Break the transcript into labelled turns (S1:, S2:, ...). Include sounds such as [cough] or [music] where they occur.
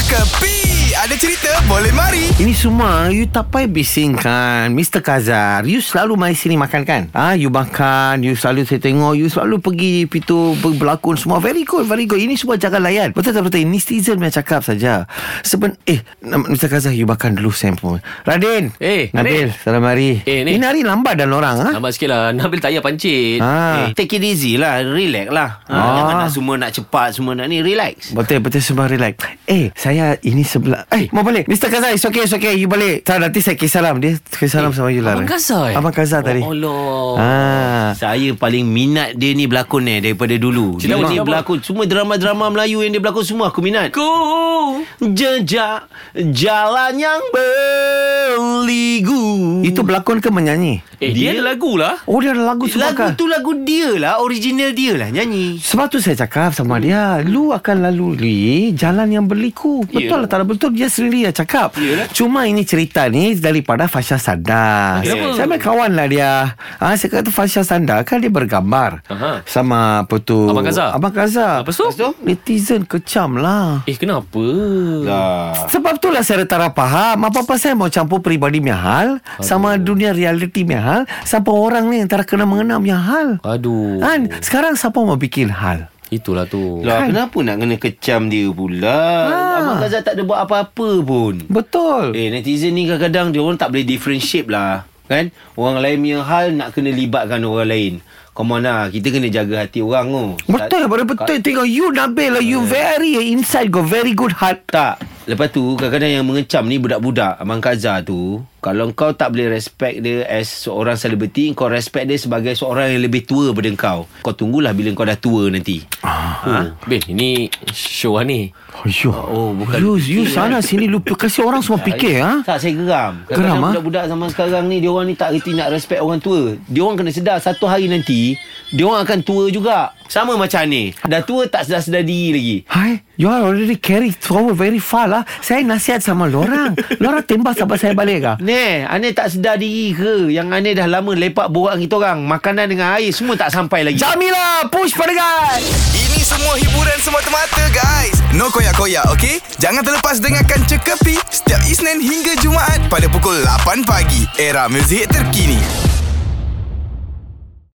S1: Kepi Ada cerita boleh mari
S2: Ini semua You tapai bising kan Mr. Kazar You selalu mari sini makan kan Ah, ha, You makan You selalu saya tengok You selalu pergi Pitu ber- berlakon semua Very good Very good Ini semua jangan layan Betul tak betul Ini netizen punya cakap saja Seben Eh na- Mr. Kazar You makan dulu Sam pun Radin
S3: Eh,
S2: Nabil Salam hari
S3: Eh, ni.
S2: Ini hari lambat dah orang ha?
S3: Lambat sikit lah [laughs] Nabil tak payah pancit
S2: Ah.
S3: eh, Take it easy lah Relax lah ha,
S2: Ah.
S3: Jangan nak semua nak cepat Semua nak ni Relax
S2: Betul betul semua relax Eh saya ini sebelah Eh mau balik Mr. Kazar it's okay it's okay You balik Tak nanti saya kisah salam Dia kisah salam sama you lah
S3: Abang Kazar eh?
S2: Abang Kazar tadi
S3: Oh, Allah
S2: Ah.
S3: Saya paling minat dia ni berlakon eh Daripada dulu
S4: Cerita
S3: Dia
S4: apa,
S3: ni
S4: cerita apa?
S3: berlakon Semua drama-drama Melayu yang dia berlakon Semua aku minat Ku Jejak Jalan yang berligu
S2: Itu berlakon ke menyanyi?
S4: Eh, dia, dia ada Hmm. lagu lah.
S2: Oh dia ada lagu sebab
S3: Lagu tu lagu dia lah Original dia lah nyanyi
S2: Sebab tu saya cakap sama dia Lu akan lalui jalan yang berliku Betul lah tak ada betul Dia sendiri yang cakap Cuma ini cerita ni Daripada Fasha Sanda
S4: Kenapa?
S2: Saya main kawan lah dia ha, Saya kata Fasha Sanda Kan dia bergambar
S4: Aha.
S2: Sama apa tu
S4: Abang Kazar.
S2: Abang Kazar
S4: Lepas tu? Lepas tu?
S2: Netizen kecam lah
S4: Eh, kenapa? Ah.
S2: sebab tu lah saya tak faham Apa-apa saya mau campur peribadi punya hal Sama dunia realiti punya hal Siapa orang ni yang tak kena mengena punya hal
S4: Aduh.
S2: Kan sekarang siapa mau bikin hal
S4: Itulah tu.
S3: Lah kenapa nak kena kecam dia pula?
S2: Ha.
S3: Ha. Abang Kazal tak ada buat apa-apa pun.
S2: Betul
S3: Eh netizen ni kadang-kadang dia orang tak boleh differentiate lah. Kan? Orang lain punya hal nak kena libatkan orang lain. Come on lah, kita kena jaga hati orang oh. tu.
S2: Betul pada betul Tengok you Nabil lah You
S3: Eh.
S2: very inside Got very good heart
S3: Tak. Lepas tu kadang-kadang yang mengecam ni budak-budak Abang Kazal tu Kalau kau tak boleh respect dia as seorang selebriti Kau respect dia sebagai seorang yang lebih tua daripada kau Kau tunggulah bila kau dah tua nanti
S4: Ha? Bin, ini show lah ni.
S2: Oh, you.
S3: Oh, bukan.
S2: You, you sana sini Lu kasih orang semua fikir ha?
S3: Tak saya geram
S2: Geram,
S3: Kadang-kadang
S2: ah?
S3: budak-budak zaman sekarang ni Dia orang ni tak reti nak respect orang tua Dia orang kena sedar Satu hari nanti Dia orang akan tua juga Sama macam ni Dah tua tak sedar-sedar diri lagi
S2: Hai, you are already carry forward very far lah. Saya nasihat sama lorang. lorang tembak sampai saya balik ah. kah?
S3: Ni, Ane tak sedar diri ke Yang Ane dah lama lepak borak kita orang Makanan dengan air semua tak sampai lagi
S2: Jamila, push pendengar.
S1: Ini semua hiburan semata-mata guys No koyak-koyak ok Jangan terlepas dengarkan Cekapi Setiap Isnin hingga Jumaat Pada pukul 8 pagi Era muzik terkini